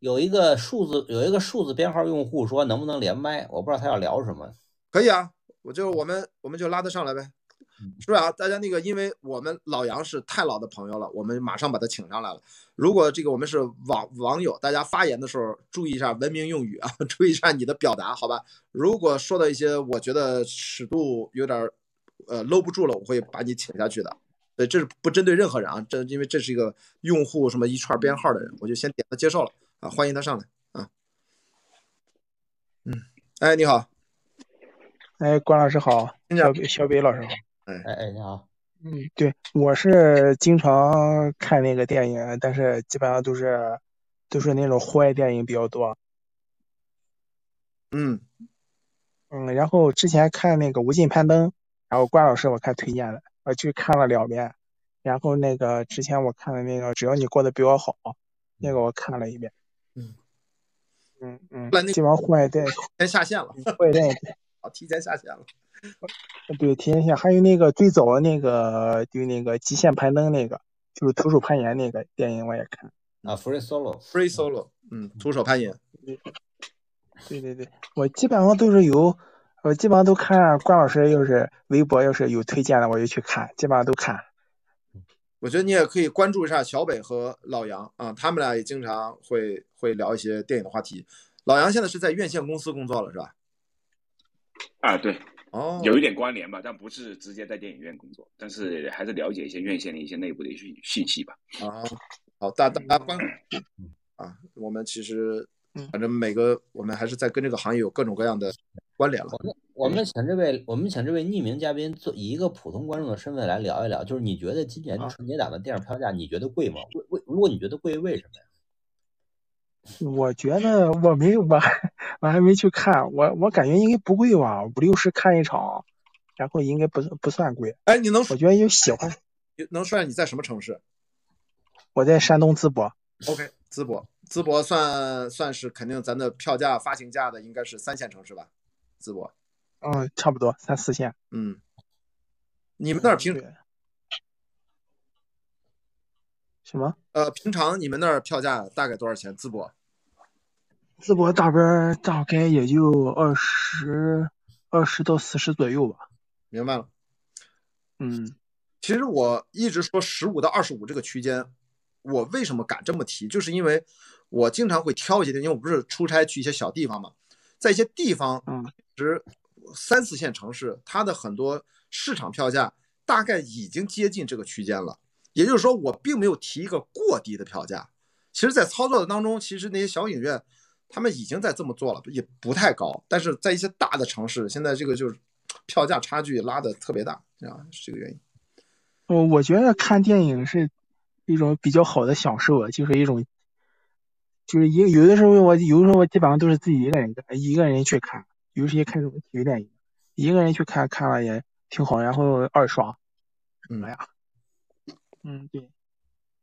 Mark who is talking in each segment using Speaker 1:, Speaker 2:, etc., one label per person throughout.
Speaker 1: 有一个数字有一个数字编号用户说能不能连麦，我不知道他要聊什么。
Speaker 2: 可以啊，我就我们我们就拉他上来呗，是不是啊？大家那个，因为我们老杨是太老的朋友了，我们马上把他请上来了。如果这个我们是网网友，大家发言的时候注意一下文明用语啊， 注意一下你的表达，好吧？如果说到一些我觉得尺度有点儿呃搂不住了，我会把你请下去的。对，这是不针对任何人啊，这因为这是一个用户什么一串编号的人，我就先点他接受了啊，欢迎他上来啊。嗯，哎，你好，
Speaker 3: 哎，关老师好，
Speaker 2: 听见
Speaker 3: 小北小北老师好。
Speaker 1: 哎哎，你好，
Speaker 3: 嗯，对，我是经常看那个电影，但是基本上都是都是那种户外电影比较多。
Speaker 2: 嗯，
Speaker 3: 嗯，然后之前看那个《无尽攀登》，然后关老师我看推荐的，我去看了两遍。然后那个之前我看的那个《只要你过得比我好》，那个我看了一遍。
Speaker 2: 嗯
Speaker 3: 嗯嗯
Speaker 2: 后来那，个
Speaker 3: 基本上户外电
Speaker 2: 先下线了，
Speaker 3: 户外电影
Speaker 2: 好，提前下线了。
Speaker 3: 对，体验一下。还有那个最早的那个，就那个《极限攀登》那个，就是徒手攀岩那个电影，我也看。
Speaker 1: 啊，Free Solo，
Speaker 2: Free solo，嗯，徒手攀岩，
Speaker 3: 对对对，我基本上都是由，我基本上都看关老师，要是微博要是有推荐的，我就去看，基本上都看。
Speaker 2: 我觉得你也可以关注一下小北和老杨啊，他们俩也经常会会聊一些电影的话题。老杨现在是在院线公司工作了，是吧？
Speaker 4: 啊，对，
Speaker 2: 哦，
Speaker 1: 嗯
Speaker 4: 有一点关联吧，但不是直接在电影院工作，但是还是了解一些院线的一些内部的一些信息吧。
Speaker 2: 啊，好，大大家关注啊，我们其实
Speaker 3: 嗯
Speaker 2: 反正每个我们还是在跟这个行业有各种各样的关联了。
Speaker 1: 我
Speaker 3: 哎
Speaker 1: 们请这位我们请这位匿名嘉宾做以一个普通观众的身份来聊一聊，就是你觉得今年
Speaker 3: 啊
Speaker 1: 春节档的电影票价你觉得贵吗？为为如果你觉得贵，为什么呀？
Speaker 3: 我觉得我没我还我还没去看，我我感觉应该不贵吧，五六十看一场，然后应该不不算贵。
Speaker 2: 哎，你能说
Speaker 3: 我觉得有喜欢，
Speaker 2: 能说下你在什么城市
Speaker 3: 我在山东淄博，
Speaker 2: ？OK，淄博，淄博算算是肯定咱的票价发行价的应该是三线城市吧？淄博，
Speaker 3: 嗯，差不多三四线。
Speaker 2: 嗯，你们那儿平
Speaker 3: 嗯对什么？
Speaker 2: 呃平常你们那儿票价大概多少钱？淄博？
Speaker 3: 淄博大边儿大概也就二十二十到四十左右吧。
Speaker 2: 明白了。
Speaker 3: 嗯
Speaker 2: 其实我一直说十五到二十五这个区间，我为什么敢这么提，就是因为我经常会挑一些地方，因为我不是出差去一些小地方嘛，在一些地方，
Speaker 3: 嗯，
Speaker 2: 其实三四线城市，它的很多市场票价大概已经接近这个区间了。也就是说，我并没有提一个过低的票价。其实，在操作的当中，其实那些小影院他们已经在这么做了，也不太高。但是在一些大的城市，现在这个就是票价差距拉的特别大，这样是这个原因。
Speaker 3: 我我觉得看电影是一种比较好的享受，啊就是一种，就是一有的时候我有的时候我基本上都是自己一个人看一个人去看，尤其看这种体育电影，一个人去看看了也挺好，然后二刷。
Speaker 2: 嗯
Speaker 3: 哎呀，嗯，对，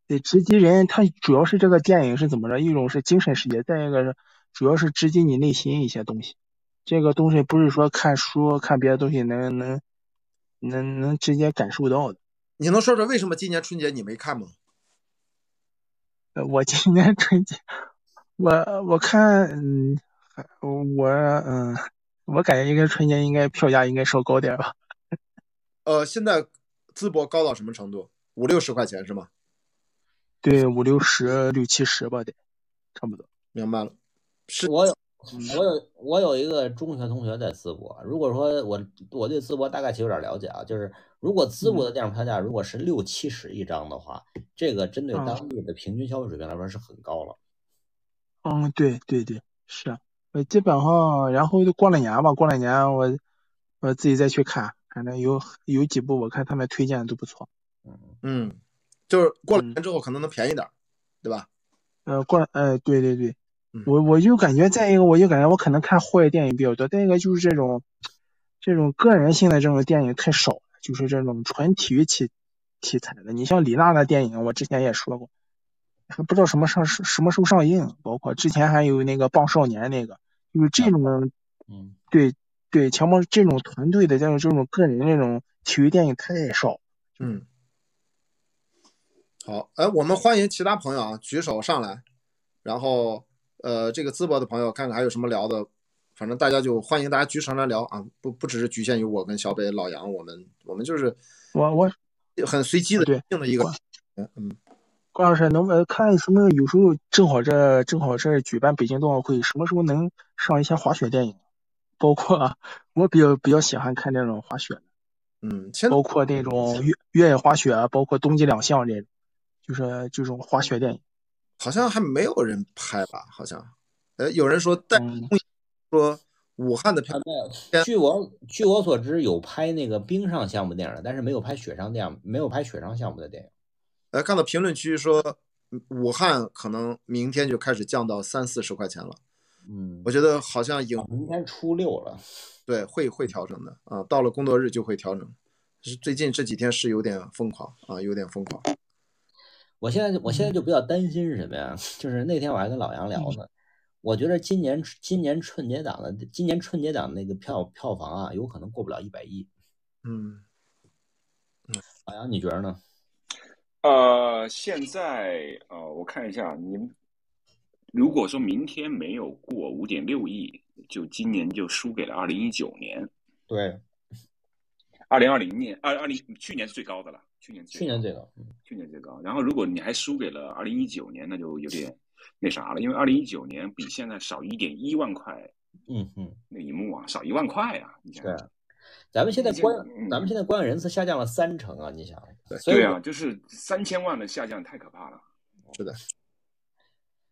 Speaker 3: 对，直击人，它主要是这个电影是怎么着？一种是精神世界，再一个是主要是直击你内心一些东西。这个东西不是说看书看别的东西能能能能直接感受到的。
Speaker 2: 你能说说为什么今年春节你没看吗？
Speaker 3: 呃，我今 年春节，我我看，嗯，还我嗯，我感觉应该春节应该票价应该稍高点儿吧。
Speaker 2: 呃，现在淄博高到什么程度？五六十块钱是吗？
Speaker 3: 对，五六十、六七十吧，得差不多。
Speaker 2: 明白了。
Speaker 1: 我有
Speaker 3: 嗯
Speaker 1: 我有我有一个中学同学在淄博，如果说我我对淄博大概其实有点了解啊，就是如果淄
Speaker 3: 嗯
Speaker 1: 博的电影票价如果是六七十一张的话，这个针对
Speaker 3: 嗯
Speaker 1: 当地的平均消费水平来说是很高了。
Speaker 3: 嗯，对对对，是，啊我基本上，然后就过了年吧，过了年我我自己再去看，反正有有几部我看他们推荐都不错。
Speaker 2: 嗯，就是过了年之后可能能便宜点儿，对吧？
Speaker 3: 呃，过，呃，对对对
Speaker 2: 嗯，
Speaker 3: 我我就感觉再一个，我就感觉我可能看户外电影比较多，再一个就是这种，这种个人性的这种电影太少了，就是这种纯体育题题材的。你像李娜的电影，我之前也说过，还不知道什么上什么时候上映，包括之前还有那个《棒少年》那个，就是这种
Speaker 1: 嗯，
Speaker 3: 对对，强暴这种团队的这种这种个人那种体育电影太少。
Speaker 2: 嗯。好，哎，我们欢迎其他朋友啊，举手上来，然后呃，这个淄博的朋友，看看还有什么聊的，反正大家就欢迎大家局常来聊啊，不不只是局限于我跟小北、老杨，我们我们就是
Speaker 3: 我我
Speaker 2: 很随机的
Speaker 3: 对
Speaker 2: 定了一个
Speaker 3: 我，
Speaker 2: 嗯嗯，
Speaker 3: 关老师能不能看什么？有时候正好这正好这举办北京冬奥会，什么时候能上一些滑雪电影？包括、啊、我比较比较喜欢看这种滑雪的，
Speaker 2: 嗯，现在
Speaker 3: 包括那种越越野滑雪啊，包括冬季两项这种，就是这种滑雪电影。
Speaker 2: 好像还没有人拍吧？好像，呃，有人说带
Speaker 3: 嗯
Speaker 2: 说武汉的
Speaker 1: 啊
Speaker 2: 票，
Speaker 1: 没有，据我据我所知，有拍那个冰上项目电影的，但是没有拍雪上电影，没有拍雪上项目的电影。
Speaker 2: 呃，看到评论区说嗯武汉可能明天就开始降到三四十块钱了，
Speaker 1: 嗯，
Speaker 2: 我觉得好像
Speaker 4: 哦
Speaker 2: 影
Speaker 1: 明天初六了，
Speaker 2: 对，会会调整的啊，到了工作日就会调整。是最近这几天是有点疯狂啊，有点疯狂。
Speaker 1: 我现在就我现在就比较担心是什么呀？ 就是那天我还跟老杨聊呢，我觉得今年今年春节档的今年春节档那个票票房啊，有可能过不了一百亿。
Speaker 2: 嗯，
Speaker 1: 老杨，你觉得呢？
Speaker 4: 呃，现在呃，我看一下，你如果说明天没有过五点六亿，就今年就输给了二零一九年，
Speaker 1: 对，
Speaker 4: 二零二零年，二二零去年是最高的了，去年
Speaker 1: 去
Speaker 4: 是最高
Speaker 1: 年
Speaker 4: 的
Speaker 1: 这个，
Speaker 4: 去年最高。然后如果你还输给了二零一九年，那就有点那啥了，因为二零一九年比现在少一点一万块
Speaker 1: 嗯嗯，
Speaker 4: 那一幕啊，少一万块啊，你想
Speaker 1: 对。咱们现在观
Speaker 4: 嗯
Speaker 1: 咱们现在观影人次下降了三成啊，你想，所以
Speaker 4: 对啊，就是三千万的下降太可怕了。
Speaker 2: 是的，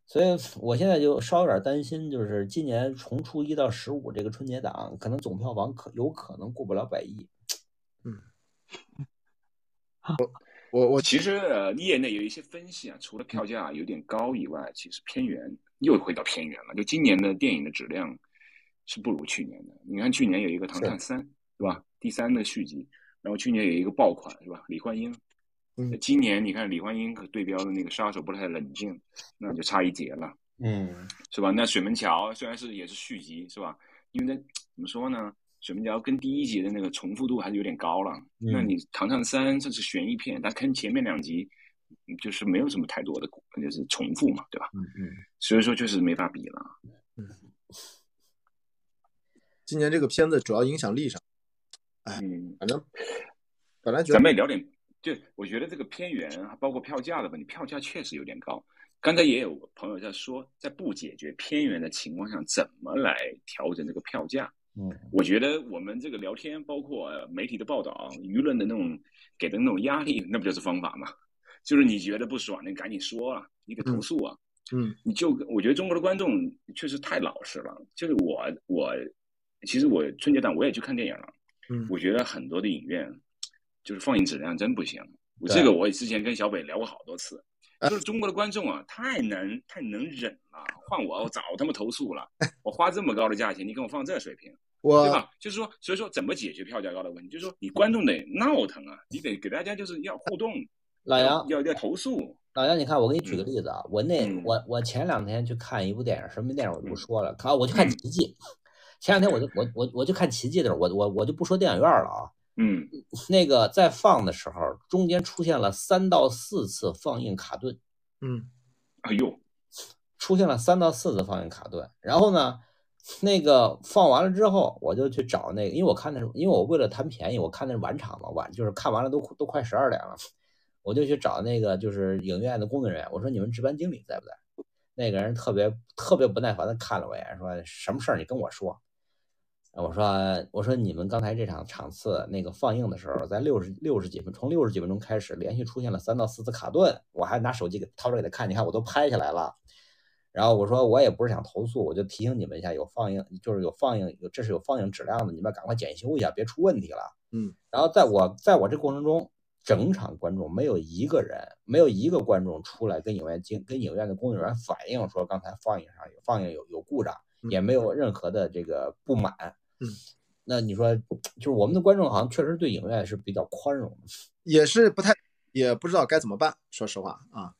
Speaker 1: 所以我现在就稍有点担心，就是今年从初一到十五这个春节档，可能总票房可有可能过不了百亿。
Speaker 2: 我我
Speaker 4: 其实呃，业内有一些分析啊，除了票价有点高以外，其实偏远又回到偏远了。就今年的电影的质量是不如去年的。你看去年有一个《唐探三》，对吧？第三个续集，然后去年有一个爆款，是吧？李焕英。
Speaker 2: 嗯
Speaker 4: 那今年你看李焕英对标的那个杀手不太冷静，那就差一截了。
Speaker 1: 嗯，
Speaker 4: 是吧？那水门桥虽然是也是续集，是吧？因为它怎么说呢，水门桥跟第一集的那个重复度还是有点高了。那
Speaker 1: 嗯
Speaker 4: 你《唐探三》这是悬疑片，它跟前面两集嗯就是没有什么太多的就是重复嘛，对吧？
Speaker 1: 嗯嗯，
Speaker 4: 所以说就是没法比了。
Speaker 2: 今年这个片子主要影响力上，
Speaker 4: 嗯，
Speaker 2: 反正本来觉
Speaker 4: 咱
Speaker 2: 得
Speaker 4: 们也聊点，就我觉得这个片源啊包括票价的问题，票价确实有点高。刚才也有朋友在说，在不解决片源的情况下，怎么来调整这个票价？
Speaker 1: 嗯，
Speaker 4: 我觉得我们这个聊天，包括呃媒体的报道、舆论的那种给的那种压力，那不就是方法吗？就是你觉得不爽，你赶紧说啊，你得投诉啊。
Speaker 2: 嗯，
Speaker 4: 你就我觉得中国的观众确实太老实了。就是我我，其实我春节档我也去看电影了。
Speaker 2: 嗯
Speaker 4: 我觉得很多的影院就是放映质量真不行。我
Speaker 1: 对
Speaker 4: 这个我也之前跟小北聊过好多次，
Speaker 2: 哎
Speaker 4: 就是中国的观众啊，太能太能忍了。换我，我早他妈投 诉了。我花这么高的价钱，你给我放这水平，对
Speaker 2: 我
Speaker 4: 吧？就是说，所以说怎么解决票价高的问题？就是说，你观众得闹腾啊，你得给大家就是要互动，
Speaker 1: 老杨，
Speaker 4: 要要投诉。
Speaker 1: 老杨，你看，我给你举个例子啊，我那
Speaker 4: 嗯
Speaker 1: 我我前两天去看一部电影，什么电影我就不说了，看我就看《奇迹》，前两天我就我我我就看《奇迹》的时候，我我我就不说电影院了啊，
Speaker 4: 嗯，
Speaker 1: 那个在放的时候，中间出现了三到四次放映卡顿，
Speaker 2: 嗯
Speaker 4: 哎呦，
Speaker 1: 出现了三到四次放映卡顿。然后呢，那个放完了之后，我就去找那个，因为我看的是，因为我为了贪便宜，我看的是晚场嘛，晚就是看完了都都快十二点了，我就去找那个就是影院的工作人员，我说你们值班经理在不在？那个人特别特别不耐烦的看了我一眼，说什么事儿你跟我说。我说我说你们刚才这场场次那个放映的时候，在六十六十几分从六十几分钟开始，连续出现了三到四次卡顿，我还拿手机给掏出来给他看，你看我都拍下来了。然后我说我也不是想投诉，我就提醒你们一下，有放映就是有放映，有这是有放映质量的，你们赶快检修一下，别出问题了。
Speaker 2: 嗯，
Speaker 1: 然后在我在我这过程中，整场观众没有一个人，没有一个观众出来跟影院经跟影院的工作人员反映说刚才放映上有放映有有故障，
Speaker 2: 嗯
Speaker 1: 也没有任何的这个不满。
Speaker 2: 嗯，
Speaker 1: 那你说就是我们的观众好像确实对影院是比较宽容的。
Speaker 2: 也是不太也不知道该怎么办，说实话啊，